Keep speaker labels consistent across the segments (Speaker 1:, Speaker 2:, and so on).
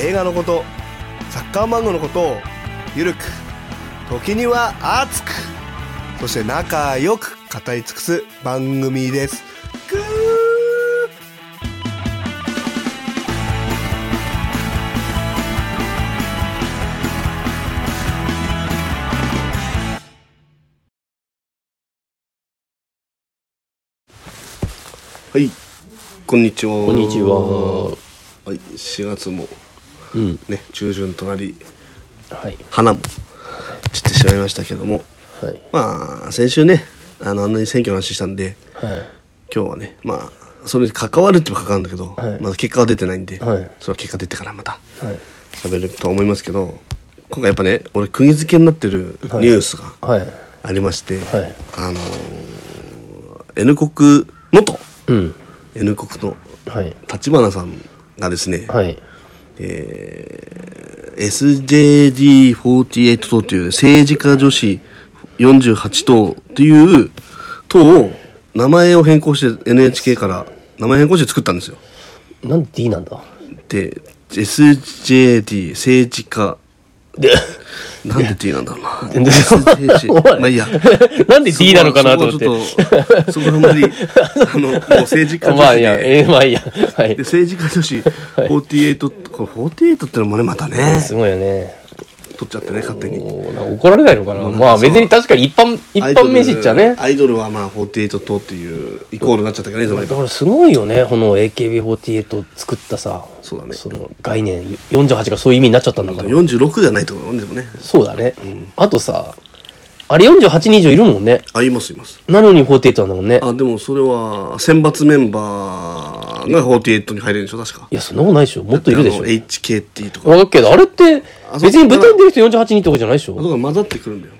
Speaker 1: 映画のことサッカー漫画のことをゆるく時には熱くそして仲良く語り尽くす番組ですぐーはいこんにちは
Speaker 2: こんにちは。
Speaker 1: はい4月も
Speaker 2: うん。
Speaker 1: ね中旬となり
Speaker 2: はい。
Speaker 1: 花も散ってしまいましたけども
Speaker 2: はい。
Speaker 1: まあ先週ねあのあんなに選挙の話したんで
Speaker 2: はい。
Speaker 1: 今日はねまあそれに関わるっても関わるんだけど、
Speaker 2: はい
Speaker 1: まだ結果は出てないんで、
Speaker 2: はい
Speaker 1: それは結果出てからまた
Speaker 2: はい。
Speaker 1: 喋るとは思いますけど今回やっぱね俺釘付けになってるニュースが
Speaker 2: はい。
Speaker 1: ありまして、
Speaker 2: はい
Speaker 1: あのー N 国のと
Speaker 2: うん。
Speaker 1: N 国の
Speaker 2: はい。
Speaker 1: 立花さんがですね、
Speaker 2: はい。
Speaker 1: えー SJD48 党という政治家女子48党という党を名前を変更して NHK から名前変更して作ったんですよ。
Speaker 2: なんで D なんだ
Speaker 1: で SJD 政治家
Speaker 2: で、
Speaker 1: なんで D なんだろうな。
Speaker 2: 全然
Speaker 1: SJD まあいいや。
Speaker 2: なんで D なのかなと思って。
Speaker 1: そこはちょっとそこはあん まり、あの、もう政治家女
Speaker 2: まあ
Speaker 1: 子
Speaker 2: いいや、
Speaker 1: で。
Speaker 2: えーまあいいや。はい
Speaker 1: で。政治家女子48、これ48ってのもね、またね、
Speaker 2: すごいよね。
Speaker 1: 取っちゃってね、勝手に。
Speaker 2: もうな怒られないのかなまあ別に確かに一般、一
Speaker 1: アイド
Speaker 2: 般
Speaker 1: ル
Speaker 2: 名詞っちゃね。
Speaker 1: アイドルはまあ48党っていうイコールになっちゃったけどね、その
Speaker 2: だからすごいよね、この AKB48 作ったさ、
Speaker 1: そうだね
Speaker 2: その概念、48がそういう意味になっちゃったんだから。
Speaker 1: 46ではないってこと思うんですもんね。
Speaker 2: そうだね。あとさ、あれ48人以上いるもんね。
Speaker 1: あ、いますいます。
Speaker 2: なのに48なんだもんね。
Speaker 1: あ、でもそれは選抜メンバーが48に入れるんでしょ、確か。
Speaker 2: いや、そんなことないでしょ。もっといるでし
Speaker 1: あ
Speaker 2: ょ
Speaker 1: の。HKT とか。
Speaker 2: わかるけど、あれって
Speaker 1: あ、そう
Speaker 2: 別に舞台に出る人48人とかじゃないでし
Speaker 1: あ
Speaker 2: ょ
Speaker 1: とが混ざってくるんだよ。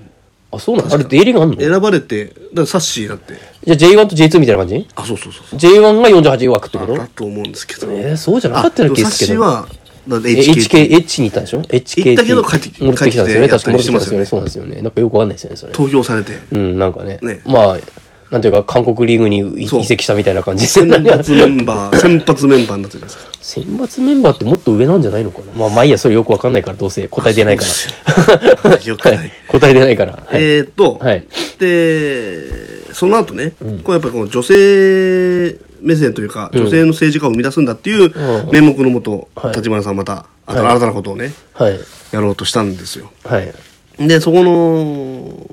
Speaker 2: あ、そうなのあれって営利があんのじゃ
Speaker 1: 選ばれて、だからサッシーだって。
Speaker 2: あ J1 と J2 みたいな感じ
Speaker 1: あ、そうそうそうそう。
Speaker 2: ?J1 が48枠ってこと
Speaker 1: だと思うんですけど。
Speaker 2: えー、そうじゃなかったような気
Speaker 1: で
Speaker 2: が
Speaker 1: も
Speaker 2: す
Speaker 1: サッシ
Speaker 2: るけ
Speaker 1: ー
Speaker 2: ど。
Speaker 1: は、だって
Speaker 2: え
Speaker 1: HKT。
Speaker 2: HK、H にいたんでしょ ?HK。
Speaker 1: 行ったけど帰ってき
Speaker 2: 戻ってきたんですよね。
Speaker 1: 帰ってきて
Speaker 2: 確か戻って
Speaker 1: やっ
Speaker 2: きたんですよ
Speaker 1: たりしてますよね
Speaker 2: ね。そうなんですよね。なんかよくわかんないですよね、それ。
Speaker 1: 投票されて。
Speaker 2: うん、なんかね
Speaker 1: ね。
Speaker 2: まあ、なんていうか、韓国リーグに移
Speaker 1: そう
Speaker 2: 移籍したみたいな感じです
Speaker 1: 選
Speaker 2: よね。
Speaker 1: 抜メンバー、先発メンバーになってるじゃないですか。
Speaker 2: 選抜メンバーってもっと上なんじゃないのかなまあ、まあいいや、それよくわかんないから、どうせ答え出ないか
Speaker 1: そう ですよよく
Speaker 2: ら。
Speaker 1: な
Speaker 2: はいい。答え出ないから。はい
Speaker 1: えーっと、
Speaker 2: はい
Speaker 1: で、その後ね、これやっぱりこの女性目線というか、女性の政治家を生み出すんだっていう
Speaker 2: うん
Speaker 1: 名目のもと、
Speaker 2: はい
Speaker 1: 立花さんまた、あ
Speaker 2: はい
Speaker 1: 新たなことをね、
Speaker 2: はい。
Speaker 1: やろうとしたんですよ。
Speaker 2: はい。
Speaker 1: で、そこの、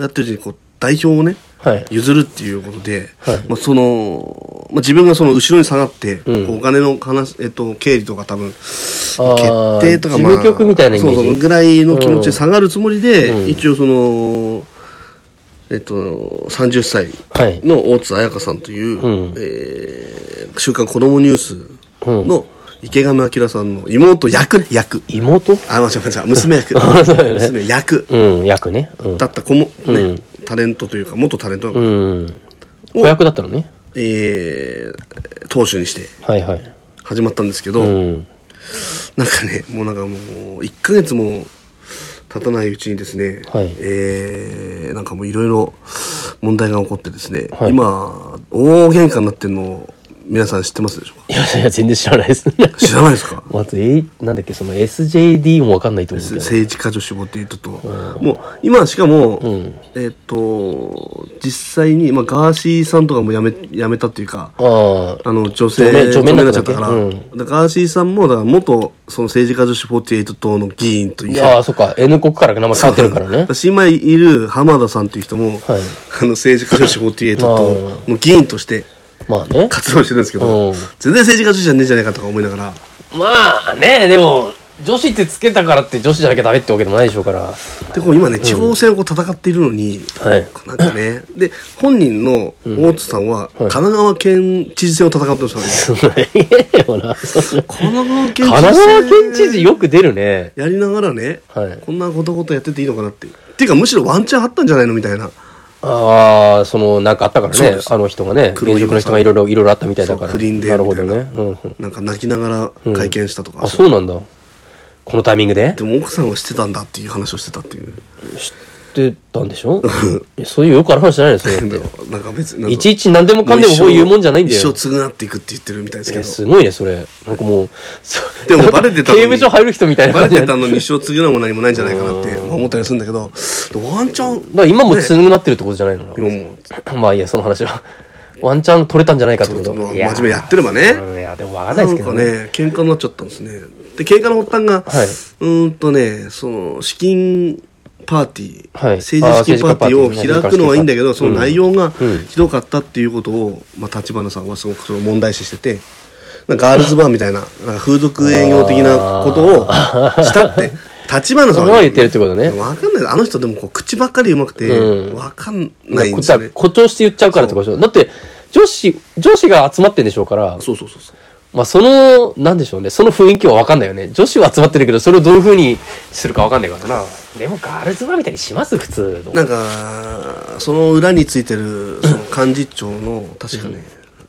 Speaker 1: やってるうちにこう、代表をね、
Speaker 2: はい。
Speaker 1: 譲るっていうことで、
Speaker 2: はい
Speaker 1: まあ、その、まあ、自分がその後ろに下がって、
Speaker 2: うん
Speaker 1: こうお金の話、えっと、経理とか多分、
Speaker 2: あー
Speaker 1: 決定とか、まあ、
Speaker 2: 事務局みたいなイメージ
Speaker 1: そうそうぐらいの気持ちで
Speaker 2: うん
Speaker 1: 下がるつもりで、
Speaker 2: うん
Speaker 1: 一応その、えっと、30歳
Speaker 2: はい。
Speaker 1: の大津彩香さんという、
Speaker 2: うん
Speaker 1: えー週刊子供ニュース
Speaker 2: うん
Speaker 1: の池上彰さんの妹役ね、役。
Speaker 2: 妹
Speaker 1: あ、間違えました。娘 役。娘役
Speaker 2: うん、役ね。うん。
Speaker 1: だった子も、ね
Speaker 2: うん
Speaker 1: タレントというか、元タレントの、
Speaker 2: うん。子役だったのね。
Speaker 1: えー投手にして
Speaker 2: はいはい。
Speaker 1: 始まったんですけど、
Speaker 2: うん。
Speaker 1: なんかね、もうなんかもう、1ヶ月も経たないうちにですね、
Speaker 2: はい
Speaker 1: えー、なんかもういろいろ問題が起こってですね、
Speaker 2: はい
Speaker 1: 今、大喧嘩になってるのを皆さん知ってますでしょうか
Speaker 2: いやいや、全然知らな いです。
Speaker 1: 知らないですか
Speaker 2: まず、え、なんだっけ、その SJD もわかんないと思うんだよね。
Speaker 1: 政治家女子ボディとと、もう今しかも、
Speaker 2: ん
Speaker 1: えっ、と実際に、まあ、ガーシーさんとかも辞め辞めたっていうか、
Speaker 2: ああ、
Speaker 1: あの女性
Speaker 2: 除名
Speaker 1: にな
Speaker 2: にな
Speaker 1: っ
Speaker 2: っ
Speaker 1: ち
Speaker 2: ち
Speaker 1: ゃっ
Speaker 2: ゃったた
Speaker 1: か、
Speaker 2: からら
Speaker 1: だからガーシーさんもだから元その政治家女子48党の議員という
Speaker 2: いやー、そっか、N 国から名前変わってるからね。
Speaker 1: 私今いる浜田さんという人も、
Speaker 2: はい
Speaker 1: あの政治家女子48
Speaker 2: ま
Speaker 1: との議員として
Speaker 2: まあね。
Speaker 1: 活動してるんですけど、
Speaker 2: うん
Speaker 1: 全然政治家女子じゃねえじゃねえかとか思いながら
Speaker 2: まあね、でも、女子ってつけたからって女子じゃなきゃダメってわけでもないでしょうから。は
Speaker 1: でこう今ね地方戦をこう戦っているのに、
Speaker 2: い。
Speaker 1: なんかねで本人の大津さんは神奈川県知事選を戦ってましたね、
Speaker 2: すごいねほら
Speaker 1: 神
Speaker 2: 神
Speaker 1: 奈川県知事選
Speaker 2: 奈川県知事よく出るね。
Speaker 1: やりながらね、
Speaker 2: はい
Speaker 1: こんなことことやってていいのかなっていうっていうかむしろワンチャンあったんじゃないのみたいな
Speaker 2: ああ、その、なんかあったから
Speaker 1: そう
Speaker 2: ね
Speaker 1: で。す
Speaker 2: あの人がね。
Speaker 1: 黒い
Speaker 2: 現職の人がいろいろ、いろいろあったみたいだから。
Speaker 1: そう不倫で
Speaker 2: なるほどね。
Speaker 1: みたい
Speaker 2: うんうん。
Speaker 1: なんか泣きながら会見したとか、
Speaker 2: あ、そうなんだ。このタイミングで
Speaker 1: でも奥さんをしてたんだっていう話をしてたっていう
Speaker 2: 知ってたんでしょえそういうよくある話じゃないで すよそれって。
Speaker 1: なんか別になんか
Speaker 2: いちいち何でもかんでもこういうもんじゃないんだ
Speaker 1: 一
Speaker 2: よ。
Speaker 1: 生償っていくって言ってるみたいですけ
Speaker 2: え
Speaker 1: ど
Speaker 2: すごいね、それ。なんかもう、そ
Speaker 1: でもバレてたのに
Speaker 2: 刑務所入る人みたいな
Speaker 1: バ
Speaker 2: 感
Speaker 1: レ
Speaker 2: じ
Speaker 1: て
Speaker 2: だ
Speaker 1: た
Speaker 2: か
Speaker 1: のに一生償うも何もないんじゃないかなってまあ思ったりするんだけどワンチャン
Speaker 2: ら今もつぐなってるってことじゃないのか
Speaker 1: 今も
Speaker 2: なまあいいや、その話は。ワンチャン取れたんじゃないかってこと。
Speaker 1: まあ
Speaker 2: いや
Speaker 1: 真面目にやってればね
Speaker 2: うんいや、でもわかんな
Speaker 1: ない
Speaker 2: です
Speaker 1: ん
Speaker 2: け
Speaker 1: か
Speaker 2: ど
Speaker 1: ね
Speaker 2: ね。
Speaker 1: 喧嘩になっちゃったんですねで喧嘩の発端が、
Speaker 2: はいう
Speaker 1: ーんとねその資金パーティー、
Speaker 2: はい
Speaker 1: 政治資金パーティー
Speaker 2: あー政治家パーティー
Speaker 1: を開くのはいいんだけど、
Speaker 2: うん
Speaker 1: その内容が
Speaker 2: うん
Speaker 1: ひどかったっていうことを、まあ、立花さんはすごくその問題視しててなんかガールズバーみたいななんか風俗営業的なことをしたって立花さ
Speaker 2: そ
Speaker 1: ん
Speaker 2: れは言ってるってことね。
Speaker 1: わかんないあの人でもこう口ばっかりうまくて、
Speaker 2: うん
Speaker 1: わかんないん
Speaker 2: こっ
Speaker 1: で
Speaker 2: ち
Speaker 1: すよ
Speaker 2: は
Speaker 1: ね
Speaker 2: 誇張して言っちゃうからってことでしょだって、女子、女子が集まってんでしょうから、
Speaker 1: そうそうそうそう
Speaker 2: まあその、なんでしょうね、その雰囲気はわかんないよね。女子は集まってるけど、それをどういう風にするかわかんないからな。でもガールズバーみたいにします普通の。
Speaker 1: なんかその裏についてるその幹事長の確かね、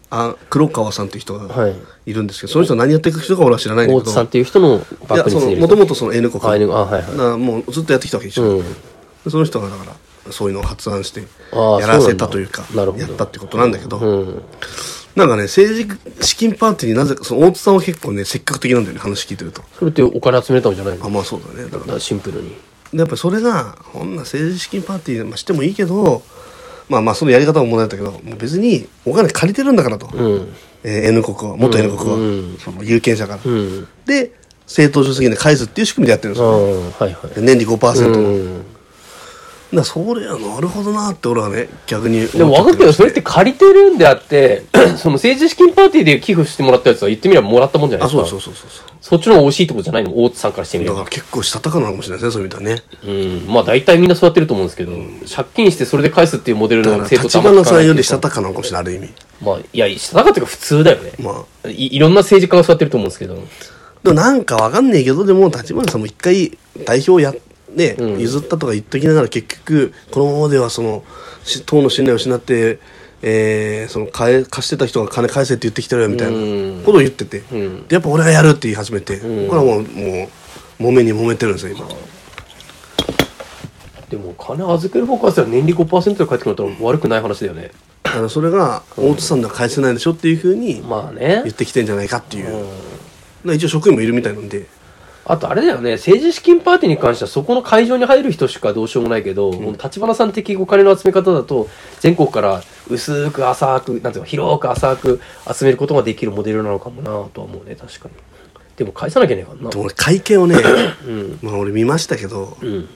Speaker 1: あ黒川さんという人
Speaker 2: は
Speaker 1: が
Speaker 2: い
Speaker 1: いるんですけど、その人何やってる人か俺は知らないんだ
Speaker 2: 大
Speaker 1: け
Speaker 2: 津
Speaker 1: ど
Speaker 2: さんっていう人の
Speaker 1: い
Speaker 2: バッ
Speaker 1: や
Speaker 2: クにつ
Speaker 1: そ
Speaker 2: い
Speaker 1: の
Speaker 2: てる
Speaker 1: もともとその N 国
Speaker 2: あ N あはいはい
Speaker 1: もうずっとやってきたわけでしょ、
Speaker 2: うん
Speaker 1: でその人がだからそういうのを発案して
Speaker 2: あー
Speaker 1: やらせたというか
Speaker 2: そうなんだなるほど
Speaker 1: やったってことなんだけど、
Speaker 2: うん。
Speaker 1: なんかね政治資金パーティーになぜかその大津さんは結構ね積極的なんだよね話聞いてると
Speaker 2: それってお金集めたんじゃないの
Speaker 1: あまあそうだねだから
Speaker 2: だからシンプルに。
Speaker 1: でやっぱりそれがこんな政治資金パーティー、まあ、してもいいけどまあまあそのやり方も問題だったけどもう別にお金借りてるんだからと、
Speaker 2: うん。
Speaker 1: えー N 国は元 N 国は、
Speaker 2: うん
Speaker 1: その有権者から、
Speaker 2: うん。
Speaker 1: で政党助成金で返すっていう仕組みでやってるんです
Speaker 2: ああ、
Speaker 1: よ、
Speaker 2: はいは
Speaker 1: で年利5%、
Speaker 2: い。
Speaker 1: だ
Speaker 2: う
Speaker 1: か
Speaker 2: ん。
Speaker 1: らそれはなるほどなって俺はね逆に思っち
Speaker 2: で
Speaker 1: ゃ
Speaker 2: も分かったけど、それって借りてるんであって、 その政治資金パーティーで寄付してもらったやつは言ってみればもらったもんじゃない
Speaker 1: あ
Speaker 2: ですか。
Speaker 1: そうそうそうそうそう
Speaker 2: そっちの方が惜しいってことじゃないの大津さんからしてみれ
Speaker 1: だ
Speaker 2: ば。
Speaker 1: から結構したたかなのかもしれないですねそういう意味ではね
Speaker 2: うん。まあ大体みんなそうやってると思うんですけど、借金してそれで返すっていうモデル
Speaker 1: だか
Speaker 2: の
Speaker 1: ら
Speaker 2: 生徒
Speaker 1: 立花さんよりしたたかなのかもしれないある意味
Speaker 2: まあ、いや、したたかっていうか普通だよね。
Speaker 1: まあ
Speaker 2: いいろんな政治家が座ってると思うんですけど。
Speaker 1: でもなんかわかんねえけどでも立花さんも一回代表やね、譲ったとか言っときながら結局このままではそのし党の信頼を失って、えーその貸え貸してた人が金返せって言ってきてるよみたいなことを言ってて、でやっぱ俺はやるって言い始めて、これはもうもう揉めに揉めてるんですよ今
Speaker 2: でも金預ける方からしたら年利5%で返ってくるのと悪くない話だよね。
Speaker 1: だからそれが大津さんでは返せないでしょっていうふうに
Speaker 2: まあね
Speaker 1: 言っ。てきてんじゃないかっていう、まあ一応職員もいるみたいなんで
Speaker 2: あとあれだよね、政治資金パーティーに関してはそこの会場に入る人しかどうしようもないけど、この立花さん的お金の集め方だと、全国から薄く浅く、なんていうか広く浅く集めることができるモデルなのかもなとは思うね、確かに。でも返さなきゃいけないから
Speaker 1: で
Speaker 2: な。
Speaker 1: も俺会見をね、
Speaker 2: うん。
Speaker 1: まあ俺見ましたけど
Speaker 2: うん。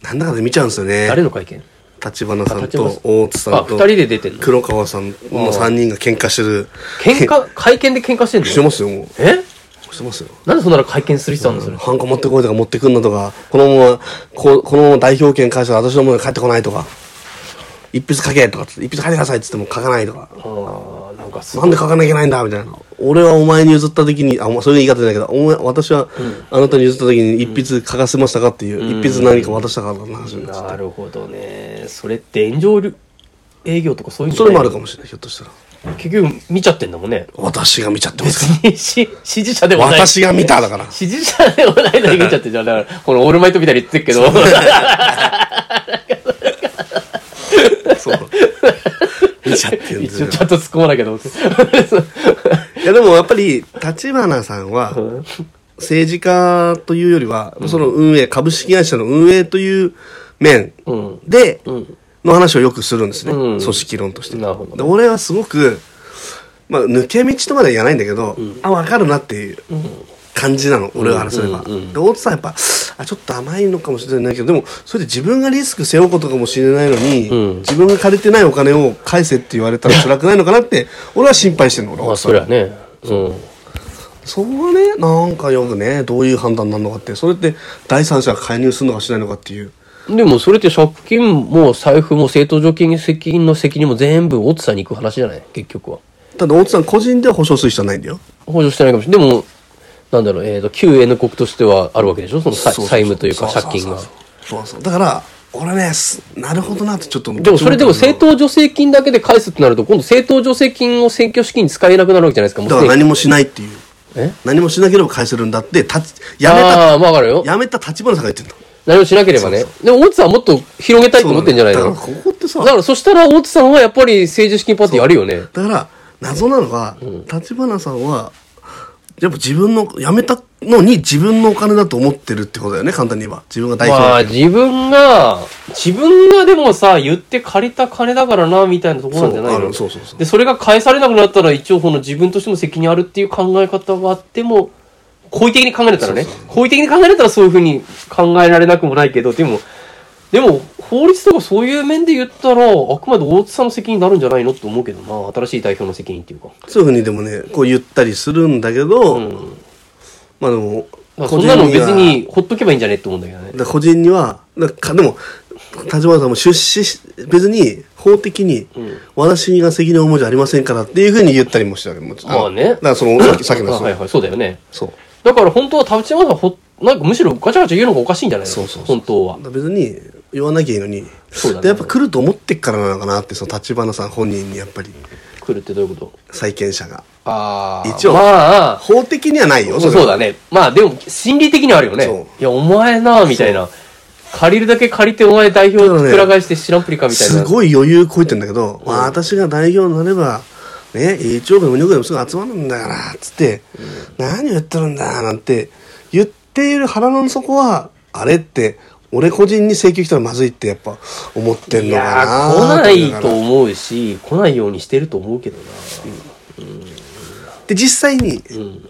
Speaker 1: なんだかで見ちゃうんですよね
Speaker 2: 誰の会見
Speaker 1: 立花さん
Speaker 2: 立花さ
Speaker 1: と
Speaker 2: ん
Speaker 1: 大津さ
Speaker 2: あ、
Speaker 1: ん
Speaker 2: 二
Speaker 1: と
Speaker 2: 人で出てんの
Speaker 1: 黒川さんの3人が喧嘩してる
Speaker 2: 喧嘩、会見で喧嘩してんの
Speaker 1: してますよもう
Speaker 2: え
Speaker 1: してますよ
Speaker 2: なんでそんなの会見する必要あるのそれ。
Speaker 1: ハンコ持ってこいとか持ってくんなとかこのままここのまま代表権返したら私のものに帰ってこないとか一筆書けとか一筆書いてくださいっつっても書かないとか
Speaker 2: ああ、なんかす
Speaker 1: なんで書かなきゃいけないんだみたいな俺はお前に譲った時にあお前そういう言い方じゃないけどお前私はあなたに譲った時に一筆書かせましたかっていう、一筆何か渡したかの話になっちゃって
Speaker 2: なるほどね。それって炎上り営業とかそういうんじ
Speaker 1: そ
Speaker 2: ゃな
Speaker 1: れ
Speaker 2: い
Speaker 1: もあるかもしれないひょっとしたら
Speaker 2: 結局見ちゃってんだもんね。
Speaker 1: 私が見ちゃってます
Speaker 2: 別
Speaker 1: から
Speaker 2: にし支持者でもない。
Speaker 1: 私が見ただから
Speaker 2: 支持者でもないのに見ちゃってんじゃん。だから、このオールマイトみたいに言ってるけど。
Speaker 1: そう。 見ちゃってるんです
Speaker 2: 一応
Speaker 1: よ。
Speaker 2: ちゃんと突っ込まなきゃと思って。
Speaker 1: いやでもやっぱり、立花さんは、政治家というよりは、その運営、株式会社の運営という面
Speaker 2: うん
Speaker 1: で、
Speaker 2: うん
Speaker 1: の話をよくするんですね。
Speaker 2: うん
Speaker 1: 組織論として。
Speaker 2: なるほど
Speaker 1: で俺はすごく、まあ、抜け道とまでは言わないんだけど、あ、わかるなっていう感じなの、俺が争えば。で、大津さんやっぱ、あ、ちょっと甘いのかもしれないけど、でも、それで自分がリスク背負うことかもしれないのに、
Speaker 2: うん
Speaker 1: 自分が借りてないお金を 返せって言われたら辛くないのかなって、俺は心配してるの、俺
Speaker 2: ま
Speaker 1: は
Speaker 2: あ、そりゃね。うん。
Speaker 1: そこがねなんかよくねどういう判断になるのかってそれって第三者が介入するのかしないのかっていう
Speaker 2: でもそれって借金も財布も正当助金責任の責任も全部大津さんに行く話じゃない結局は。
Speaker 1: ただ大津さん個人では保証する人はないんだよ
Speaker 2: 補助してないかもしれない。でも、なんだろう、えっ、と、旧 N 国としてはあるわけでしょその債
Speaker 1: そうそうそう
Speaker 2: 債務というか
Speaker 1: そそ
Speaker 2: 借金が。
Speaker 1: そうそうだから俺ねすなるほどなってちょっと
Speaker 2: でもそれでも正
Speaker 1: だ
Speaker 2: 当助成金だけで返すってなると、今度正当助成金を選挙資金に使えなくなるわけじゃないですか。もう
Speaker 1: から
Speaker 2: すでに
Speaker 1: 何もしないっていう
Speaker 2: え
Speaker 1: 何もしなければ返せるんだってたちやめた
Speaker 2: ああー、まあわかるよ。
Speaker 1: やめた立花さんが言ってんだ
Speaker 2: 何もしなければね。でも大津さんはもっと広げたいと思ってんじゃない
Speaker 1: だか
Speaker 2: の
Speaker 1: らここってさ
Speaker 2: だからそしたら大津さんはやっぱり政治資金パーティーやるよね。
Speaker 1: だから謎なのは立花、さんはやっぱ自分の辞めたのに自分のお金だと思ってるってことだよね簡単に言えば自分が代表、
Speaker 2: まあ自分が、自分がでもさ、言って借りた金だからな、みたいなところなんじゃない
Speaker 1: そうあ
Speaker 2: の
Speaker 1: るそうそうそう
Speaker 2: で、それが返されなくなったら一応この自分としても責任あるっていう考え方があっても、好意的に考えたらね、好意的に考えたらそういうふうに考えられなくもないけど、でも、でも、法律とかそういう面で言ったら、あくまで大津さんの責任になるんじゃないのと思うけどな、新しい代表の責任っていうか。
Speaker 1: そういうふうにでもねこう言ったりするんだけど、まあでも
Speaker 2: まあそんなの別
Speaker 1: は
Speaker 2: にほっとけばいいんじゃねって思うんだけどね。
Speaker 1: だから個人にはだからでも立花さんも出資し別に法的に私が責任を負うものじゃありませんからっていうふうに言ったりもしてたけどもちろん
Speaker 2: まあ
Speaker 1: だ
Speaker 2: ね
Speaker 1: から そのさっきさっきの
Speaker 2: あはい
Speaker 1: そ
Speaker 2: はい、そうだよね。
Speaker 1: そう
Speaker 2: だから本当は田淵山さんほなんかむしろガチャガチャ言うのがおかしいんじゃないの
Speaker 1: そうそうそう
Speaker 2: 本当は
Speaker 1: だから別に言わなきゃいいのに
Speaker 2: そうだね
Speaker 1: でやっぱ来ると思ってっからなのかなってその立花さん本人にやっぱり
Speaker 2: 来るってどういうこと
Speaker 1: 債権者が
Speaker 2: ああ
Speaker 1: 一応
Speaker 2: まあ
Speaker 1: 法的にはないよ
Speaker 2: そう
Speaker 1: れは
Speaker 2: そうだねまあでも心理的にはあるよね
Speaker 1: そう
Speaker 2: いやお前なみたいな借りるだけ借りてお前代表
Speaker 1: だからね
Speaker 2: くら替えして知らんぷりかみたい
Speaker 1: す
Speaker 2: な
Speaker 1: ごい余裕こいてんだけど、まあ、私が代表になればね1億でも2億でもすぐ集まるんだからっつって、何を言ってるんだなんて言っている腹の底はあれって俺個人に請求来たらまずいってやっぱ思ってん
Speaker 2: い
Speaker 1: のか
Speaker 2: や
Speaker 1: な
Speaker 2: ー来
Speaker 1: と思
Speaker 2: ない
Speaker 1: が
Speaker 2: と
Speaker 1: ら
Speaker 2: 思うし来ないようにしてると思うけどな
Speaker 1: で実際に、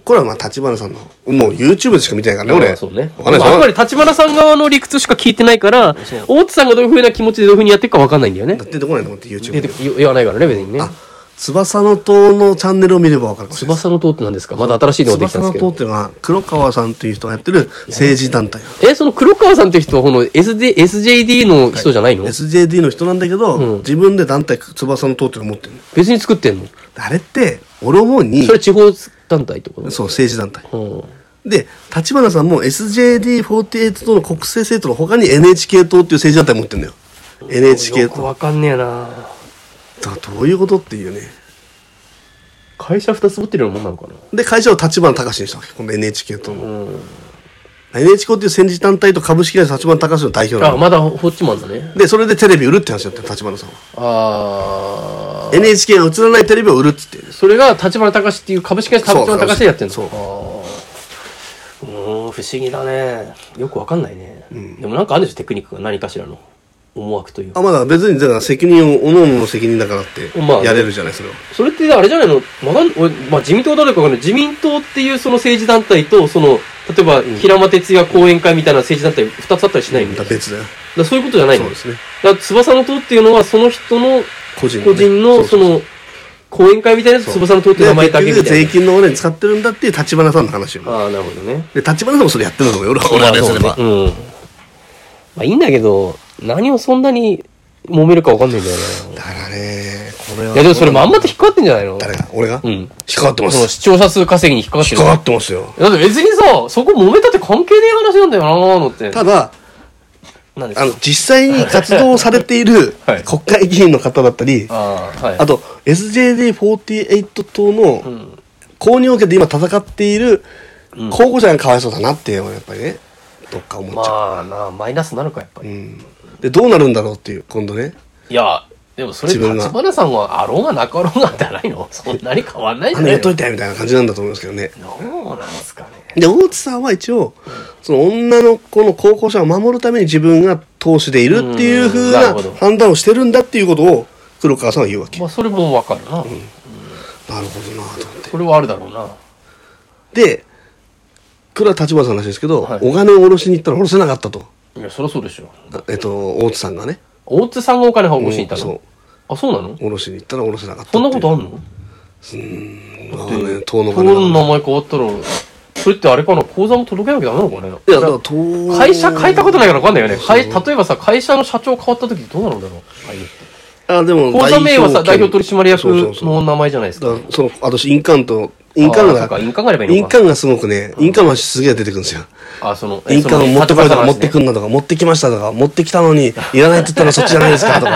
Speaker 1: これはまあ立花さんのもう YouTube でしか見てないからね
Speaker 2: ま
Speaker 1: 俺
Speaker 2: あそうね。
Speaker 1: わ
Speaker 2: ま
Speaker 1: か
Speaker 2: あ
Speaker 1: んないです
Speaker 2: や
Speaker 1: よ
Speaker 2: っぱり立花さん側の理屈しか聞いてないから、大津さんがどういうふうな気持ちでどういうふうにやってるか分かんないんだよね
Speaker 1: だっ。て出てこないと思って
Speaker 2: 出
Speaker 1: YouTube
Speaker 2: て
Speaker 1: で
Speaker 2: 言言わないからね、別にね。
Speaker 1: 翼の塔のチャンネルを見ればわかるかもしれない
Speaker 2: 翼の塔って何ですかまだ新しいのができた
Speaker 1: 翼
Speaker 2: んで
Speaker 1: の塔
Speaker 2: すけど
Speaker 1: っ。ていうのは黒川さんという人がやってる政治団体なの
Speaker 2: え、その黒川さんって人はこの SD、SJD の人じゃないの、
Speaker 1: SJD の人なんだけど、
Speaker 2: うん
Speaker 1: 自分で団体翼の塔っていうの持ってるの
Speaker 2: 別に作ってんの
Speaker 1: あれって俺思うに
Speaker 2: それ地方団体ってこと
Speaker 1: そう政治団体
Speaker 2: うん。
Speaker 1: で立花さんも SJD48 党の国政政党の他に NHK 党っていう政治団体持ってるんだよ NHK
Speaker 2: よく
Speaker 1: 党
Speaker 2: わかんねえな
Speaker 1: だからどういうことっていうね
Speaker 2: 会社二つ持ってるようなもんなのか
Speaker 1: で会社を立花隆にしたわけこの NHK 党の、
Speaker 2: なうん。
Speaker 1: NHK っていう政治団体と株式会社立花隆の代表な
Speaker 2: あ、
Speaker 1: の
Speaker 2: まだこっちもあんだね。
Speaker 1: でそれでテレビ売るって話だったよ立花さんは
Speaker 2: あー。
Speaker 1: NHK が映らないテレビを売るっつって
Speaker 2: それが立花隆っていう株式会社立花隆でやってんの
Speaker 1: そうそう
Speaker 2: あーうーん、不思議だね。よくわかんないね。でもなんかあるでしょ、テクニックが何かしらの思惑というか
Speaker 1: あまだ別にだから責任を各々の責任だからって
Speaker 2: まあね
Speaker 1: やれるじゃないそれは
Speaker 2: それってあれじゃないの、まだ俺まあ、自民党誰かわかんない自民党っていうその政治団体と、その、例えば、平間哲也講演会みたいな政治団体二つあったりしないの、
Speaker 1: ま
Speaker 2: だ
Speaker 1: た
Speaker 2: か
Speaker 1: 別だよ
Speaker 2: らそういうことじゃないの
Speaker 1: そうですね
Speaker 2: だから翼の党っていうのは、その人の、
Speaker 1: 個人のね
Speaker 2: 個人の、そ
Speaker 1: そうそう
Speaker 2: の、講演会みたいなやつ
Speaker 1: そう
Speaker 2: 翼の党っていう名前だけみ
Speaker 1: で
Speaker 2: たい
Speaker 1: 税
Speaker 2: な。
Speaker 1: 金の俺に使ってるんだっていう立花さんの話よ
Speaker 2: ああ、なるほどね。
Speaker 1: で立花さんもそれやってるのよ俺俺はねそれは
Speaker 2: うん。まあ、いいんだけど、何をそんなに揉めるかわかんないんだよね。
Speaker 1: だからねこれはい
Speaker 2: や、でもそれまんまと引っかかってんじゃないの
Speaker 1: 誰が俺が
Speaker 2: うん
Speaker 1: 引っかかってま
Speaker 2: その
Speaker 1: す
Speaker 2: 視聴者数稼ぎに引っかかって
Speaker 1: 引
Speaker 2: る
Speaker 1: っかかってますよ
Speaker 2: だって別にさ、そこ揉めたって関係ねえ話なんだよなーのって。
Speaker 1: ただ
Speaker 2: なんです
Speaker 1: あ
Speaker 2: か
Speaker 1: の実際に活動をされている
Speaker 2: はい
Speaker 1: 国会議員の方だったり
Speaker 2: あー、はい。
Speaker 1: あと SJD48 党の
Speaker 2: ん
Speaker 1: 公認を受けて今戦っている候補者がかわいそうだなって俺やっぱりねどっか思っちゃう、
Speaker 2: まあなあ、マイナスなのか、やっぱり。
Speaker 1: うん、でどうなるんだろうっていう今度ね
Speaker 2: いや、でもそれ、
Speaker 1: 自分が
Speaker 2: 立花さんはあろうがなかろうがじゃないのそんなに変わんないじ
Speaker 1: あ
Speaker 2: ゃ
Speaker 1: の
Speaker 2: な
Speaker 1: やっ
Speaker 2: い
Speaker 1: と
Speaker 2: の
Speaker 1: いてみたいな感じなんだと思いますけどね
Speaker 2: どうなんすかね。
Speaker 1: で大津さんは一応その女の子の候補者を守るために自分が党首でいるっていう風
Speaker 2: うんなる
Speaker 1: な
Speaker 2: ほど
Speaker 1: 判断をしてるんだっていうことを黒川さんは言うわけ
Speaker 2: まあ、それもわかるな。
Speaker 1: なるほどなと思って
Speaker 2: それはあるだろうな。
Speaker 1: でこれは立花さんらしいですけど、
Speaker 2: はい
Speaker 1: お金を下ろしに行ったら下ろせなかったと、
Speaker 2: いや、そりゃそうでしょ。
Speaker 1: えっと、大津さんがね
Speaker 2: 大津さんがお金を欲しいに行った
Speaker 1: うん
Speaker 2: の
Speaker 1: そ
Speaker 2: あ、そうなの
Speaker 1: 下ろしに行ったら下ろせなかった
Speaker 2: そんなことあ
Speaker 1: あ
Speaker 2: んの
Speaker 1: るあーね党の
Speaker 2: 党
Speaker 1: 金だ
Speaker 2: の名前変わったら、それってあれかな、口座も届けなきゃダメなのかね。
Speaker 1: いやだから党
Speaker 2: 会社変えたことないから分かんないよね。
Speaker 1: そう
Speaker 2: 会例えばさ、会社の社長変わった時どうなるんだろう。
Speaker 1: あでも
Speaker 2: 口座名はさ、代
Speaker 1: 権
Speaker 2: 表取締役
Speaker 1: そうそうそう
Speaker 2: の名前じゃないですか。
Speaker 1: だからその私印鑑と印
Speaker 2: あー
Speaker 1: 鑑
Speaker 2: そう
Speaker 1: が
Speaker 2: か印鑑があればいい
Speaker 1: 印
Speaker 2: のか。
Speaker 1: 鑑がすごくね印鑑はすげえ出てくるんですよ
Speaker 2: あ、その、え
Speaker 1: 印鑑を持ってこいとか持っ。
Speaker 2: その立
Speaker 1: て
Speaker 2: 場
Speaker 1: くんなとか持ってきましたとか持ってきたのにいらないって言ったらそっちじゃないですか とか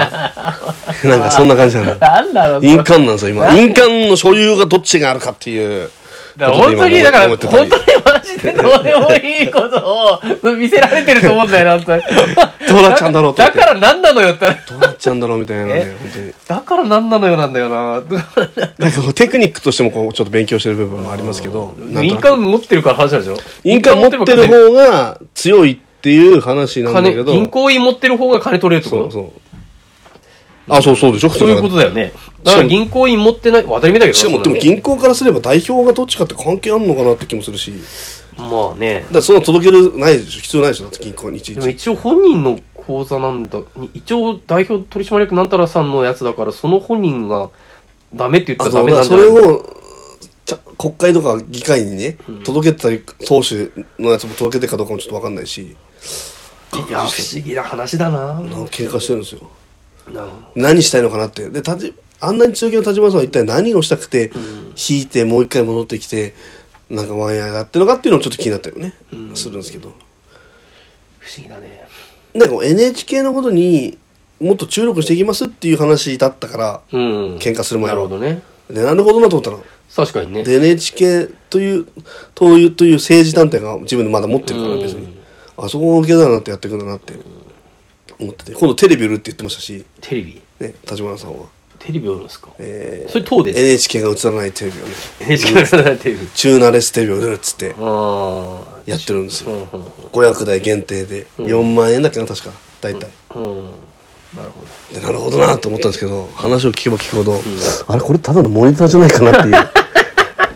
Speaker 1: なんかそんな感じなの
Speaker 2: なんだろう、
Speaker 1: 印鑑なんですよ今印鑑の所有がどっちがあるかっていう
Speaker 2: だから本当に、だから、
Speaker 1: 思
Speaker 2: 本
Speaker 1: って
Speaker 2: 当
Speaker 1: た
Speaker 2: にマジでどうでもいいことを見せられてると思うんだよな、本当に。
Speaker 1: どうなっちゃうんだろうって
Speaker 2: だから何なのよって。
Speaker 1: どうなっちゃうんだろうみたいなね
Speaker 2: え
Speaker 1: 本当に
Speaker 2: だから何なのよなんだよな。
Speaker 1: なんかこうテクニックとしてもこうちょっと勉強してる部分もありますけどなんと
Speaker 2: 印
Speaker 1: なく
Speaker 2: 鑑持ってるから話なんでしょ
Speaker 1: 印鑑持ってる方が強いっていう話なんだ
Speaker 2: 金
Speaker 1: けど
Speaker 2: 銀行員持ってる方が金取れるって
Speaker 1: そ
Speaker 2: こと
Speaker 1: うそうあそうそうでしょ
Speaker 2: そういうことだよね。だから銀行員持ってない、当たり前だけど。
Speaker 1: しかもでも銀行からすれば代表がどっちかって関係あんのかなって気もするし
Speaker 2: まあね
Speaker 1: だ。からその届けるないでしょ必要ないでしょだって銀行にいちい
Speaker 2: でも
Speaker 1: ち
Speaker 2: 一応本人の口座なんだ。に一応代表取締役なんたらさんのやつだから、その本人がダメって言った
Speaker 1: あ
Speaker 2: ら
Speaker 1: そ
Speaker 2: ダ
Speaker 1: う
Speaker 2: メ
Speaker 1: だから
Speaker 2: なん
Speaker 1: そ
Speaker 2: じゃ
Speaker 1: れ
Speaker 2: ない
Speaker 1: をちゃ国会とか議会にね、届けてたり党首のやつも届けてるかどうかもちょっと分かんないし
Speaker 2: いや、不思議な話だな。
Speaker 1: なんか喧嘩してるんですよ
Speaker 2: なるほ
Speaker 1: 何したいのかなってでたじあんなに強気の田島さんは一体何をしたくて、引いてもう一回戻ってきてなんかワンヤーやってるのかっていうのをちょっと気になったよね、するんですけど
Speaker 2: 不思議だね。
Speaker 1: なんかこう NHK のことにもっと注力していきますっていう話だったから、
Speaker 2: うん。
Speaker 1: 喧嘩する前
Speaker 2: な
Speaker 1: は
Speaker 2: るほどね。
Speaker 1: でなんでこんなと思ったの
Speaker 2: 確かにね。
Speaker 1: で NHK というというという政治団体が自分でまだ持ってるから
Speaker 2: うん
Speaker 1: 別にあそこを受け皿になってやっていくんだなって思ってて今度テレビ売るって言ってましたし、
Speaker 2: テレビ
Speaker 1: ね、立花さんは、
Speaker 2: テレビあるんですか
Speaker 1: えー
Speaker 2: それ党です。
Speaker 1: NHK が映らないテレビをね
Speaker 2: NHK のテレビ。
Speaker 1: チューナレステレビを売るっつって
Speaker 2: あ
Speaker 1: やってるんです
Speaker 2: あ。う
Speaker 1: よ
Speaker 2: んうん
Speaker 1: 500台限定で4万円だっけな確か大体
Speaker 2: うん。うん。なるほど。
Speaker 1: でなるほどなと思ったんですけど話を聞けば聞くほどあれこれただのモニターじゃないかなっていう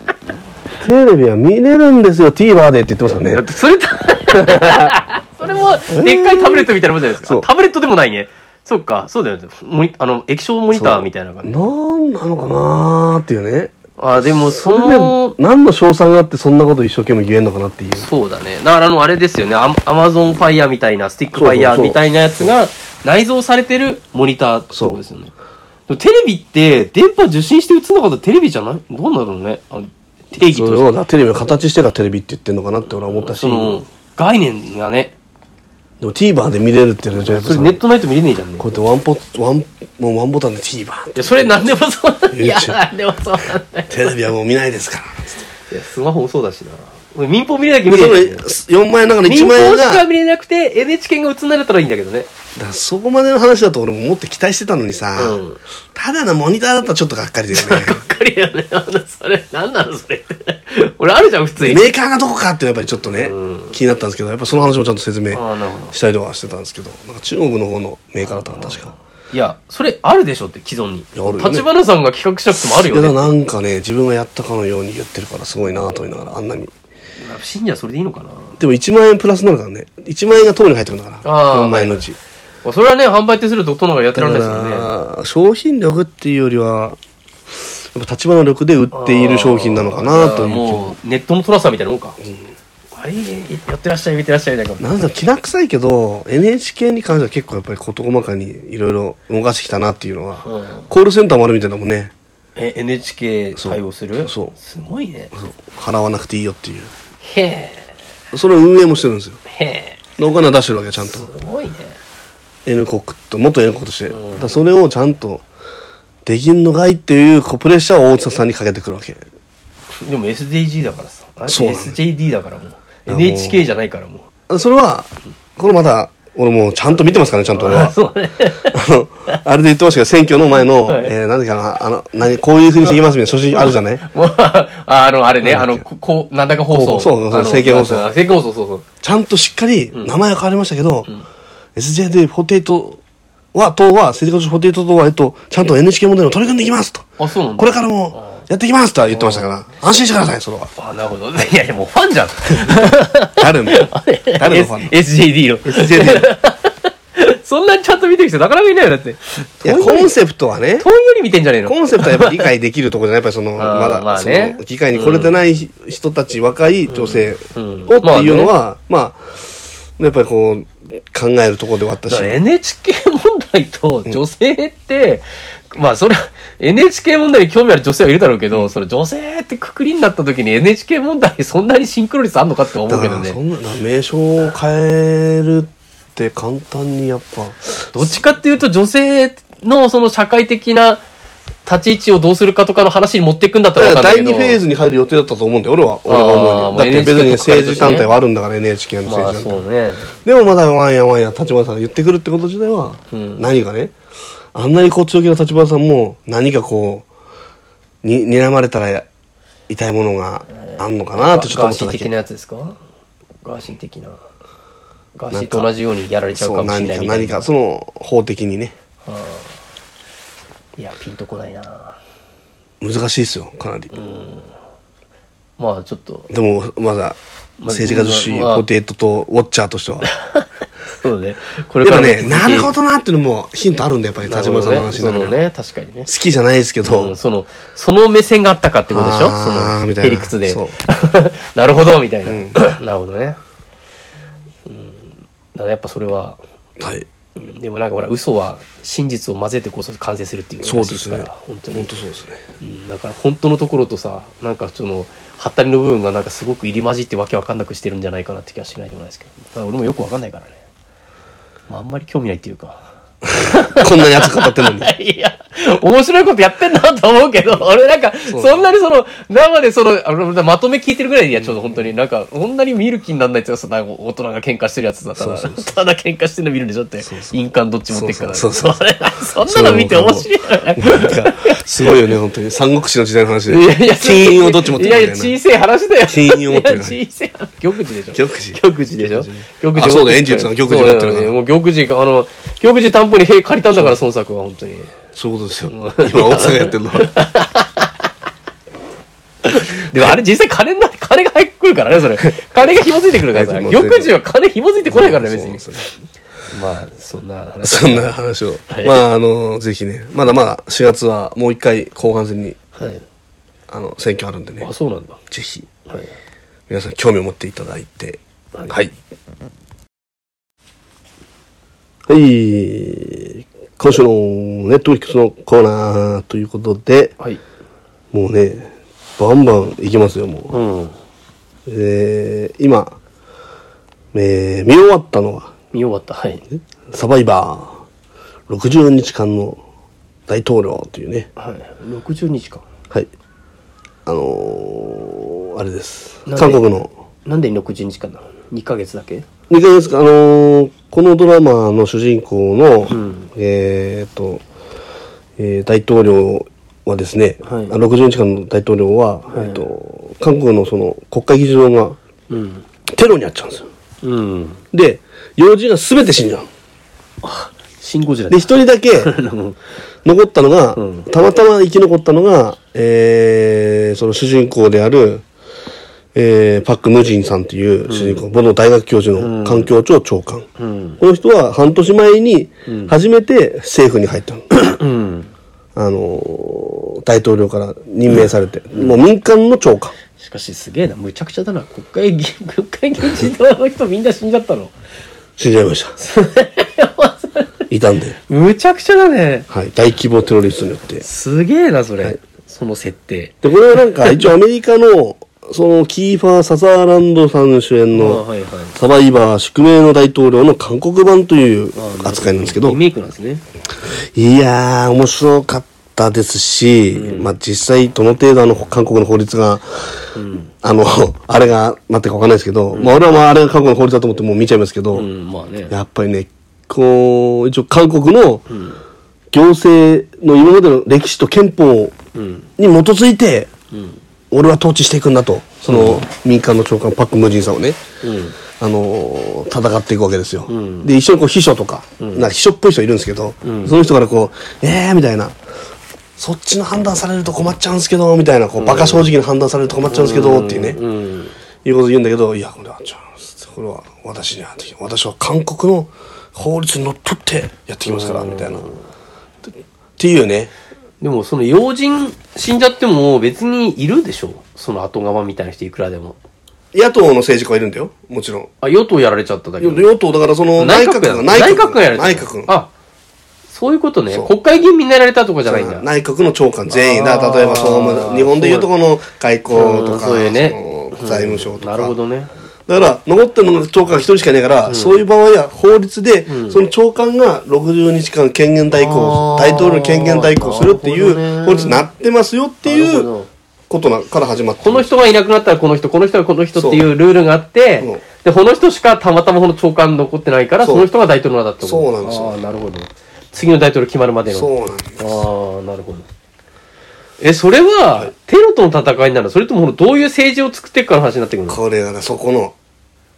Speaker 1: テレビは見れるんですよ TVer でって言ってましたね
Speaker 2: だっ てそれたそれもでっかいタブレットみたいなもんじゃないです
Speaker 1: そう
Speaker 2: かタブレットでもないねそっかそうだよねモニあの液晶モニターみたいな感じ
Speaker 1: なんなのかなーっていうね。
Speaker 2: あでもそ
Speaker 1: それで
Speaker 2: の、
Speaker 1: 何の賞賛があってそんなこと一生懸命言えんのかなっていう。
Speaker 2: そうだねだからあのあれですよねアアマゾンファイヤーみたいなスティックファイ
Speaker 1: そ
Speaker 2: ヤ
Speaker 1: うそうそう
Speaker 2: ーみたいなやつが内蔵されてるモニターってことですよねでもテレビって電波受信して映んなかったらテレビじゃないどうなるのねあの定義
Speaker 1: そ
Speaker 2: と
Speaker 1: れ
Speaker 2: して
Speaker 1: をテレビの形してからテレビって言ってんのかなって俺は思ったし、
Speaker 2: その概念がね
Speaker 1: でも TVer で見れるっていうのはやっぱ
Speaker 2: それ
Speaker 1: さ、
Speaker 2: ネットないと見れねえじゃんね
Speaker 1: こうやってワンポワン、もうワンボタンで TVer。
Speaker 2: いやそれ何でもそうなんだいや
Speaker 1: YouTube
Speaker 2: 何でもそうなんだよ
Speaker 1: テレビはもう見ないですから。
Speaker 2: いや、スマホもそうだしな。俺民放見れなきゃ
Speaker 1: で
Speaker 2: 見
Speaker 1: そ
Speaker 2: れ
Speaker 1: の
Speaker 2: ない。
Speaker 1: 4万円の中の
Speaker 2: 民
Speaker 1: 1
Speaker 2: 放
Speaker 1: 万円
Speaker 2: し
Speaker 1: が、
Speaker 2: か見れなくて、NHK が映んなれたらいいんだ けどね。
Speaker 1: だからそこまでの話だと俺ももっと期待してたのにさ、
Speaker 2: うん
Speaker 1: ただのモニターだったらちょっとがっかりだよね
Speaker 2: が。っかりだよ ね。あの、それ、なんなのそれ って。俺あるじゃん、普通に。
Speaker 1: メーカーがどこかってやっぱりちょっとね、気になったんですけど、やっぱその話もちゃんと説明
Speaker 2: ああ、なるほど。
Speaker 1: したりとかはしてたんですけど、なんか中国の方のメーカーだったの確か。
Speaker 2: いや、それあるでしょって、既存に。
Speaker 1: やあるよね
Speaker 2: 立花さんが企画しなくてもある
Speaker 1: いや
Speaker 2: よ
Speaker 1: だ
Speaker 2: ね。
Speaker 1: からなんかね自分がやったかのように言ってるからすごいなと思いながらあんなに
Speaker 2: 信者はそれでいいのかな。
Speaker 1: でも1万円プラスなのからね1万円が党に入ってくるんだから
Speaker 2: あー
Speaker 1: 4万円のうち
Speaker 2: まあそれはね、販売手数料となんかやって
Speaker 1: だ
Speaker 2: ら
Speaker 1: か
Speaker 2: れないですよね。
Speaker 1: ら商品力っていうよりはやっぱ立場の力で売っている商品なのかなと
Speaker 2: あー
Speaker 1: いう
Speaker 2: もう、ネットのトラさみたいなもんか。あれ、やってらっしゃい、見てらっしゃいみたいな。
Speaker 1: なんだろう気な臭いけど NHK に関しては結構やっぱり事細かにいろいろ動かしてきたなっていうのは、
Speaker 2: うん
Speaker 1: コールセンターもあるみたいなもんね
Speaker 2: え、NHK 対応する
Speaker 1: そう
Speaker 2: すごいね。
Speaker 1: 払わなくていいよってい
Speaker 2: へえ、
Speaker 1: うそれを運営もしてるんですよ
Speaker 2: へえ。
Speaker 1: でお金は出してるわけよちゃんと
Speaker 2: すごいね
Speaker 1: N 国と元 N 国として、だからそれをちゃんとできんのがいっていうこうプレッシャーを大津さんにかけてくるわけ
Speaker 2: でも SDG だからさあれ
Speaker 1: そうなの
Speaker 2: SJD だからもう
Speaker 1: やもう
Speaker 2: NHK じゃないからもう
Speaker 1: それはこれまだ俺もちゃんと見てますからねちゃんと俺は
Speaker 2: そうね
Speaker 1: あのあれで言ってましたけど選挙の前の、
Speaker 2: はい
Speaker 1: えー、なんでかなあの何こういうふうにしていきますみたいな書式あるじゃない
Speaker 2: もうあ あのあれねあのここうなんだか放
Speaker 1: こ
Speaker 2: 送
Speaker 1: うそうそう
Speaker 2: あの
Speaker 1: 政見放送
Speaker 2: あ政見放送そうそう
Speaker 1: ちゃんとしっかり名前は変わりましたけど、SJD ポテトは党は政治家とポテト党は、えっと、ちゃんと NHK モデルを取り組んでいきますと
Speaker 2: あそうなんだ
Speaker 1: これからもやっていきますとは言ってましたから安心してくださいそれは
Speaker 2: あなるほどいやいやもうファ ンじゃん
Speaker 1: 誰の誰のファン
Speaker 2: S- SJD の
Speaker 1: SJD
Speaker 2: そんなにちゃんと見てる人なかなかいないよ、だって。
Speaker 1: いや、コンセプトはね、
Speaker 2: 問いより見てんじゃねえの
Speaker 1: コンセプトはやっぱ理解できるところじゃないやっぱりその、ま
Speaker 2: あー
Speaker 1: だ、
Speaker 2: まあね
Speaker 1: その、機会に来れてないひ人たち、若い女性
Speaker 2: うん
Speaker 1: をっていうのは、まあ、やっぱりこう、考えるところではあった
Speaker 2: だ
Speaker 1: し
Speaker 2: か。ら NHK 問題と女性って、まあそれは NHK 問題に興味ある女性はいるだろうけど、その女性ってくくりになった時に NHK 問題そんなにシンクロ率あんのかって思
Speaker 1: だ
Speaker 2: う
Speaker 1: か
Speaker 2: けど
Speaker 1: ら、そ
Speaker 2: ね。
Speaker 1: んな、名称を変えるって簡単にやっぱ、
Speaker 2: どっちかっていうと女性のその社会的な立ち位置をどうするかとかの話に持っていくんだったらわ
Speaker 1: だ
Speaker 2: かん
Speaker 1: から
Speaker 2: ないけ
Speaker 1: 第2
Speaker 2: ど。
Speaker 1: フェーズに入る予定だったと思うんだよ、俺は。俺は思うよ。
Speaker 2: あ
Speaker 1: だ
Speaker 2: ー
Speaker 1: っ
Speaker 2: ま
Speaker 1: て
Speaker 2: あ
Speaker 1: 別に
Speaker 2: NHK
Speaker 1: 政治団体はあるんだから、NHK の
Speaker 2: まあ
Speaker 1: 政治団体。
Speaker 2: そうね。
Speaker 1: でもまだワンやワンや立花さんが言ってくるってこと自体は、
Speaker 2: うん
Speaker 1: 何かね、あんなにこう強気な立花さんも、何かこう、に、睨まれたら痛いものがあんのかなとちょっと
Speaker 2: ガ
Speaker 1: 思
Speaker 2: ー
Speaker 1: った
Speaker 2: シー
Speaker 1: だ
Speaker 2: 的
Speaker 1: け。
Speaker 2: なやつですかガーシー的な。ガーシーと同じようにやられちゃう
Speaker 1: そ
Speaker 2: か
Speaker 1: う、
Speaker 2: もし
Speaker 1: 何
Speaker 2: れない
Speaker 1: か、
Speaker 2: みたい
Speaker 1: 何
Speaker 2: な。
Speaker 1: か、その、法的にね、
Speaker 2: いや、ピンとこないな。
Speaker 1: 難しいですよ、かなり。
Speaker 2: まあちょっと。
Speaker 1: でも、まだ、政治家女子、
Speaker 2: まあまあ
Speaker 1: ポテトとウォッチャーとしては。
Speaker 2: そうね。これ
Speaker 1: で
Speaker 2: か
Speaker 1: も
Speaker 2: らも
Speaker 1: ね、
Speaker 2: 続き
Speaker 1: なるほどなっていうのもヒントあるんだよ、やっぱり、立花さんの話
Speaker 2: な
Speaker 1: の
Speaker 2: る
Speaker 1: 中
Speaker 2: ほ
Speaker 1: で
Speaker 2: どね。確かにね
Speaker 1: 好。きじゃないですけど、
Speaker 2: うんその、その目線があったかってことでしょそ
Speaker 1: あー
Speaker 2: の、
Speaker 1: みたいな
Speaker 2: へりくつで
Speaker 1: そう。
Speaker 2: なるほど、みたいな。 なるほどね。うん。だからやっぱそれは、
Speaker 1: はい。
Speaker 2: うんでもなんかほら、嘘は真実を混ぜてこそ完成するっていう
Speaker 1: そうですね
Speaker 2: ら。本当
Speaker 1: 本
Speaker 2: に
Speaker 1: 当。そうですね。
Speaker 2: うんだから本当のところとさ、なんかその、ハったりの部分がなんかすごく入り混じってわけわかんなくしてるんじゃないかなって気がしないでもないですけど。ただ俺もよくわかんないからね。まああんまり興味ないっていうか。
Speaker 1: こんなに熱く語ってんのに。
Speaker 2: いや、面白いことやってんなと思うけど、俺なんか、そんなにその、生でその、あのまとめ聞いてるぐらいで、いや、ちょっと本当になんか、そんなに見る気になんないですよ、そのなんか大人が喧嘩してるやつだったら、ただ喧嘩してるの見るんでしょって、印鑑どっち持ってっから。
Speaker 1: そうそう
Speaker 2: それそんなの見て面白いよね。
Speaker 1: なんかすごいよね、本当に。三国志の時代の話で。
Speaker 2: いやいや、
Speaker 1: 金印をどっち持って
Speaker 2: いやいや、
Speaker 1: みたい
Speaker 2: 小
Speaker 1: な。
Speaker 2: せい話だよ。
Speaker 1: 金印を持ってる
Speaker 2: いや、小せい話。玉寺でしょ。
Speaker 1: 玉璽
Speaker 2: 玉寺でしょ。玉
Speaker 1: あそうだ円術の玉璽持ってるから
Speaker 2: そうだよねもう玉寺が、あの、玉寺担保に兵借りたんだから、孫作は、本当に。
Speaker 1: そういうことですよ。今、大阪やってるのは。
Speaker 2: でもあれ実際金な、金が入ってくるからね、そ れ。金が紐付いてくるからさ。
Speaker 1: はい
Speaker 2: 玉児は金紐付いてこないからね、別に。
Speaker 1: そうそうそう
Speaker 2: まあ、そんな話。
Speaker 1: そんな話を
Speaker 2: はい。
Speaker 1: まあ、あの、ぜひね、まだまだ4月はもう一回後半戦に、
Speaker 2: はい。
Speaker 1: あの、選挙あるんでね
Speaker 2: あ、、そうなんだ。
Speaker 1: ぜひ、
Speaker 2: はい。
Speaker 1: 皆さん興味を持っていただいて。
Speaker 2: はい
Speaker 1: はい。はい。今週のネットフリックスのコーナーということで、
Speaker 2: はい。
Speaker 1: もうね、バンバンいきますよ、もう。
Speaker 2: うん。
Speaker 1: えー今、えー見終わったのは、
Speaker 2: 見終わった。はい。
Speaker 1: サバイバー、64日間の大統領というね、
Speaker 2: はい。60日間。
Speaker 1: はい。あのーあれです。
Speaker 2: なんで
Speaker 1: 韓国の、
Speaker 2: なんで60日間なの ?2 ヶ月だけ
Speaker 1: 2回ですか、あのーこのドラマの主人公の、えーっと、えー大統領はですね、
Speaker 2: はい
Speaker 1: あ60日間の大統領は、えーっと、韓国のその国会議事堂が
Speaker 2: うん。
Speaker 1: テロにあっちゃうんですよ。
Speaker 2: うん。
Speaker 1: で、要人が全て死んじゃう。
Speaker 2: シンゴジラ
Speaker 1: で、
Speaker 2: だ
Speaker 1: 一人だ け残ったのが、
Speaker 2: うん
Speaker 1: たまたま生き残ったのが、えー、その主人公である、えー、パック・ムジンさんという主人公、ボノ大学教授の環境庁長官。
Speaker 2: うん。
Speaker 1: この人は半年前に初めて政府に入ったの。
Speaker 2: うん。
Speaker 1: あのー大統領から任命されて、もう民間の長官。
Speaker 2: しかしすげえな、むちゃくちゃだな。国会議、 国会議事堂の人みんな死んじゃったの。
Speaker 1: 死んじゃいました。いたんで、
Speaker 2: むちゃくちゃだね。
Speaker 1: はい、大規模テロリストによって。
Speaker 2: すげえな、それ。その設定。
Speaker 1: で、これはなんか、一応アメリカの、その、キーファー・サザーランドさん主演
Speaker 2: あ
Speaker 1: の、
Speaker 2: いはい。
Speaker 1: サバイバー宿命の大統領の韓国版という扱いなんですけど
Speaker 2: リ、メイクなんですね。
Speaker 1: いやー、面白かったですし、まあ実際どの程度あの韓国の法律が、あの、 あれが、なってるかわかんないですけど、まあ俺はまああれが韓国の法律だと思ってもう見ちゃいますけど、
Speaker 2: うん、まあね。
Speaker 1: やっぱりね、こう、一応韓国の行政の今までの歴史と憲法
Speaker 2: うん。
Speaker 1: に基づいて、
Speaker 2: うん。
Speaker 1: 俺は統治していくんだとその民間の長官パック・ムジンさんをね、
Speaker 2: うん。
Speaker 1: あのー戦っていくわけですよ、
Speaker 2: ん
Speaker 1: で一緒にこう秘書とか,、なんか秘書っぽい人いるんですけど、その人からこう「えー」みたいな「そっちの判断されると困っちゃうんですけど」みたいなこうバカ正直な判断されると困っちゃうんですけど、っていうね、
Speaker 2: うん。
Speaker 1: いうこと言うんだけどいやこれはちょそれは私にはできない私は韓国の法律にのっとってやってきますからみたいなってっていうね
Speaker 2: でもその要人死んじゃっても別にいるでしょその後釜みたいな人いくらでも。
Speaker 1: 野党の政治家はいるんだよもちろん
Speaker 2: あ、与党やられちゃっただけ
Speaker 1: 与
Speaker 2: ど。
Speaker 1: 与党だからその内閣
Speaker 2: や
Speaker 1: が
Speaker 2: 内閣がやられちゃ
Speaker 1: 内
Speaker 2: った。
Speaker 1: 閣の
Speaker 2: あ、そういうことね
Speaker 1: そう。
Speaker 2: 国会議員みんなやられたとかじゃないんだ。
Speaker 1: 内閣の長官全員だ
Speaker 2: あー
Speaker 1: 例えば総務日本でいうとこの外交
Speaker 2: う
Speaker 1: と
Speaker 2: ん
Speaker 1: か
Speaker 2: そういうね
Speaker 1: その財務省とか、
Speaker 2: なるほどね。
Speaker 1: だから残ってるのが長官が一人しかいないから、そういう場合は法律で、その長官が60日間権限代行
Speaker 2: あー
Speaker 1: 大統領の権限代行するってい
Speaker 2: なるほど
Speaker 1: う
Speaker 2: ね
Speaker 1: 法律になってますよって
Speaker 2: ないるほ
Speaker 1: う
Speaker 2: ど
Speaker 1: ことなから始まって
Speaker 2: この人がいなくなったらこの人、この人がこの人っていうルールがあっ
Speaker 1: そう
Speaker 2: て、で、この人しかたまたまこの長官残ってないから、
Speaker 1: そう
Speaker 2: その人が大統領だった
Speaker 1: そうなんですよ
Speaker 2: ああ、なるほど。次の大統領決まるまでの。
Speaker 1: そうなんで
Speaker 2: ああ、なるほど。え、それは、テロとの戦いなのそれとも、どういう政治を作っていくかの話になってくるの
Speaker 1: これがねそこの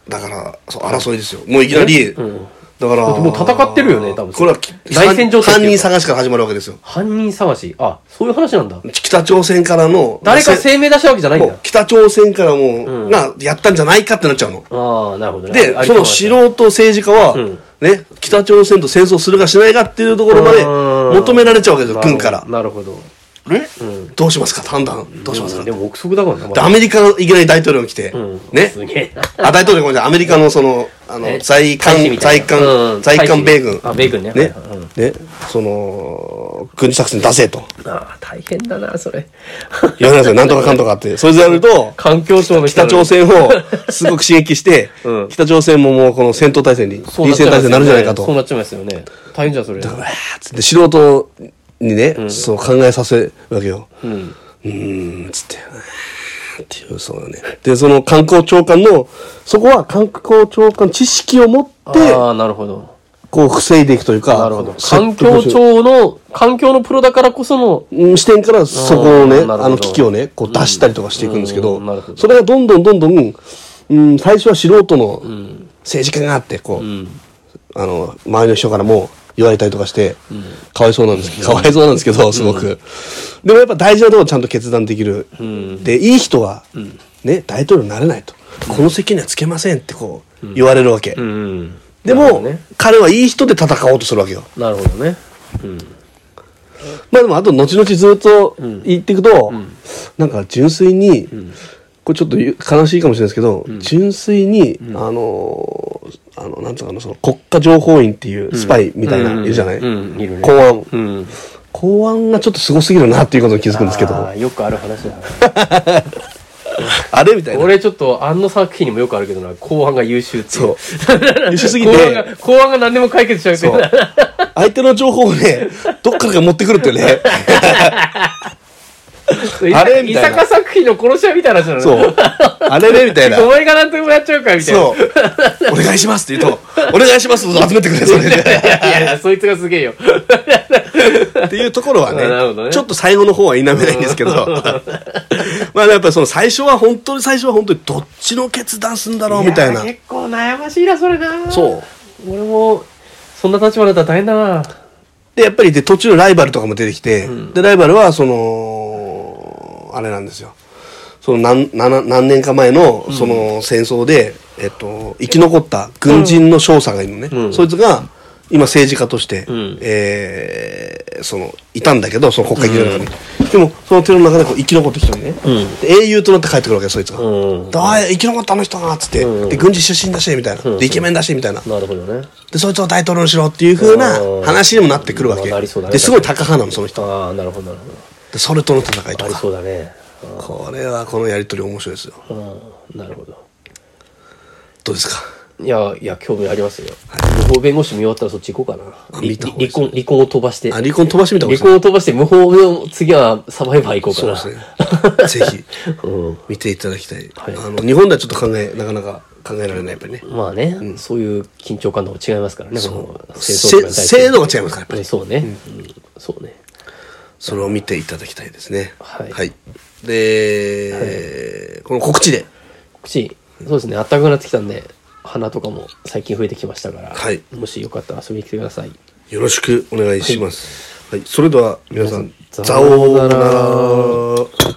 Speaker 1: だからそう争いですよもういきなり、
Speaker 2: うん
Speaker 1: だから
Speaker 2: だってもう戦ってるよね多分
Speaker 1: これは
Speaker 2: 内戦状態っ
Speaker 1: 犯
Speaker 2: てい
Speaker 1: 人
Speaker 2: うか
Speaker 1: 探しから始まるわけですよ
Speaker 2: 犯人探し。あ、そういう話なんだ。
Speaker 1: 北朝鮮からの
Speaker 2: 誰か声明出したわけじゃないん
Speaker 1: も
Speaker 2: だ
Speaker 1: う。北朝鮮からもう、
Speaker 2: うん
Speaker 1: がやったんじゃないかってなっちゃうの。
Speaker 2: ああ、なるほどね。
Speaker 1: で
Speaker 2: あ、
Speaker 1: その素。人政治家は、
Speaker 2: うん
Speaker 1: ね、北朝鮮と戦争するかしないかっていうところまで
Speaker 2: うん
Speaker 1: 求められちゃうわけですよ、
Speaker 2: なるほど
Speaker 1: 軍から。
Speaker 2: なるほど。
Speaker 1: ね、
Speaker 2: ん
Speaker 1: どうしますかって判断、どうしますか、
Speaker 2: んでも憶測だからなま
Speaker 1: で、
Speaker 2: だ。
Speaker 1: アメリカのいきなり大統領が来て、
Speaker 2: うん
Speaker 1: ね、
Speaker 2: すげえな。
Speaker 1: あ、大統領ごめんなさい、アメリカのその、あの
Speaker 2: え、
Speaker 1: 在韓
Speaker 2: 大使み、たい
Speaker 1: 在
Speaker 2: な
Speaker 1: 韓、
Speaker 2: うん
Speaker 1: 在
Speaker 2: 大使
Speaker 1: 韓米軍。
Speaker 2: あ米軍ね
Speaker 1: ね
Speaker 2: はいうん、
Speaker 1: ね、その、軍事作戦出せ と。
Speaker 2: ああ、大変だな、それ。
Speaker 1: 言わないですよ、なんとかかんとかって。それでやると、
Speaker 2: 環境省の人
Speaker 1: 北
Speaker 2: なの
Speaker 1: 朝
Speaker 2: に
Speaker 1: 鮮 をすごく刺激して、
Speaker 2: うん
Speaker 1: 北朝鮮ももうこの戦闘態勢に、臨
Speaker 2: そうっち
Speaker 1: 戦
Speaker 2: ゃいま
Speaker 1: 態勢
Speaker 2: すよね
Speaker 1: になるんじゃないかと。
Speaker 2: そう
Speaker 1: わ
Speaker 2: なっちゃいますよね。大変じゃん、そ
Speaker 1: ー
Speaker 2: れ。
Speaker 1: っつって素人にね、そう考えさせるわけよ。う
Speaker 2: うん。
Speaker 1: ーん、つって。っていう、そうだね。で、その観光長官の、そこは観光長官知識を持って、
Speaker 2: ああ、なるほど。
Speaker 1: こう防いでいくというか、
Speaker 2: なるほど。
Speaker 1: 説
Speaker 2: 環
Speaker 1: 得
Speaker 2: 境
Speaker 1: し
Speaker 2: 庁の、環境のプロだからこその、
Speaker 1: うん視点からそこをね、
Speaker 2: あーなるほど
Speaker 1: あの危機をね、こう出したりとかしていくんですけど、
Speaker 2: うんなるほど
Speaker 1: それがどんどんどんどん、うん、最初は素人の政治家があって、こう、あの、周りの人からも言われたりとかして、かわいそうなんですけど、かわいそうなんですけど、すごく。でもやっぱ大事なところをちゃんと決断できる。で、いい人は、ね、大統領になれないと。この席にはつけませんってこう、言われるわけ。
Speaker 2: うん。
Speaker 1: で
Speaker 2: なる
Speaker 1: も、
Speaker 2: ほどね
Speaker 1: 彼はいい人で戦おうとするわけよ。
Speaker 2: なるほどね。うん。
Speaker 1: まあでもあと後々ずっと言っていくと、なんか純粋に、これちょっと言う悲しいかもしれないですけど、純粋に、あのーあのなんつうのかなその国家情報院っていうスパイみたいな、
Speaker 2: うん
Speaker 1: いるじゃない、
Speaker 2: うんいるね
Speaker 1: 公安、
Speaker 2: うん。
Speaker 1: 公安がちょっとすごすぎるなっていうことに気づくんですけど
Speaker 2: あ
Speaker 1: あ
Speaker 2: あよくある話だな。
Speaker 1: れみたいな
Speaker 2: 俺ちょっと、あの作品にもよくあるけどな、後半が優秀ってい。
Speaker 1: そうう優秀すぎて
Speaker 2: 後半が、後半が何でも解決しちゃうってい
Speaker 1: そうう相手の情報を ねどっからか持ってくるっていうね
Speaker 2: い
Speaker 1: あれみたいな
Speaker 2: 伊坂作品の殺し屋みたいな話なの
Speaker 1: そうあれねみたいな
Speaker 2: お前が何でもやっちゃうかみたいな。
Speaker 1: そうお願いしますって言うとお願いします集めてくれそれで
Speaker 2: いやいや、そいつがすげえよ。
Speaker 1: っていうところは
Speaker 2: なるほ
Speaker 1: ね
Speaker 2: どね
Speaker 1: ちょっと最後の方は否めないんですけど まあやっぱりその最初は本当に最初は本当にどっちの決断するんだろうみたいな
Speaker 2: や結構悩ましいな、それな。。
Speaker 1: そう
Speaker 2: 俺も、そんな立場だったら大変だな。
Speaker 1: でやっぱりで途中のライバルとかも出てきて、でライバルはそのあれなんですよその何何何年か前のその戦争で、えっと、生き残った軍人の少佐がいるのね、
Speaker 2: うん
Speaker 1: そいつが今政治家として、
Speaker 2: ん
Speaker 1: えーそのいたんだけどその国会議員の中に、でもそのテロの中でこう生き残ってきたのね、
Speaker 2: ん
Speaker 1: で英雄となって帰ってくるわけよそいつが、
Speaker 2: うん
Speaker 1: であー生き残ったあの人がっつって、
Speaker 2: うん
Speaker 1: で軍事出身だしみたいな、
Speaker 2: うん
Speaker 1: でイケメンだしみたいな、
Speaker 2: なるほどね。
Speaker 1: でそいつを大統領にしろっていう風な話にもなってくるわけ、
Speaker 2: うんなりそうだね
Speaker 1: ですごい高派なのその人
Speaker 2: ああ、なるほど、なるほ
Speaker 1: でそれとの戦い
Speaker 2: ど。
Speaker 1: と
Speaker 2: あり
Speaker 1: か
Speaker 2: そうだね。
Speaker 1: これはこのやり取り面白いですよ
Speaker 2: うん、なるほど。
Speaker 1: どうですか
Speaker 2: いや、いや、興味ありますよ。無法弁護士見終わったらそっち行こうかな。
Speaker 1: あ
Speaker 2: り
Speaker 1: 見た方がいい
Speaker 2: 離婚、離婚を飛ばして。
Speaker 1: あ離婚飛ばしてみた方がい
Speaker 2: 離
Speaker 1: いですね
Speaker 2: 婚を飛ばして、無法の次はサバイバー行こうかな。
Speaker 1: そうですねぜひ
Speaker 2: うん。
Speaker 1: 見ていただきたい、
Speaker 2: はい
Speaker 1: あの日本ではちょっと考えなかなか考えられないやっぱりね
Speaker 2: まあね、そういう緊張感の方が違いますからね、この
Speaker 1: せ
Speaker 2: 戦争とかに対して
Speaker 1: 制度が違いますからやっぱり
Speaker 2: うんそうね、うんそうね。
Speaker 1: それを見ていただきたいですね
Speaker 2: はい
Speaker 1: で、この告知で
Speaker 2: 口、そうですね、暖かくなってきたんで、花とかも最近増えてきましたから、
Speaker 1: はい
Speaker 2: もしよかったら遊びに来てください。
Speaker 1: よろしくお願いします、はいそれでは皆さん
Speaker 2: 皆さん
Speaker 1: ざおうな
Speaker 2: ざおう
Speaker 1: ら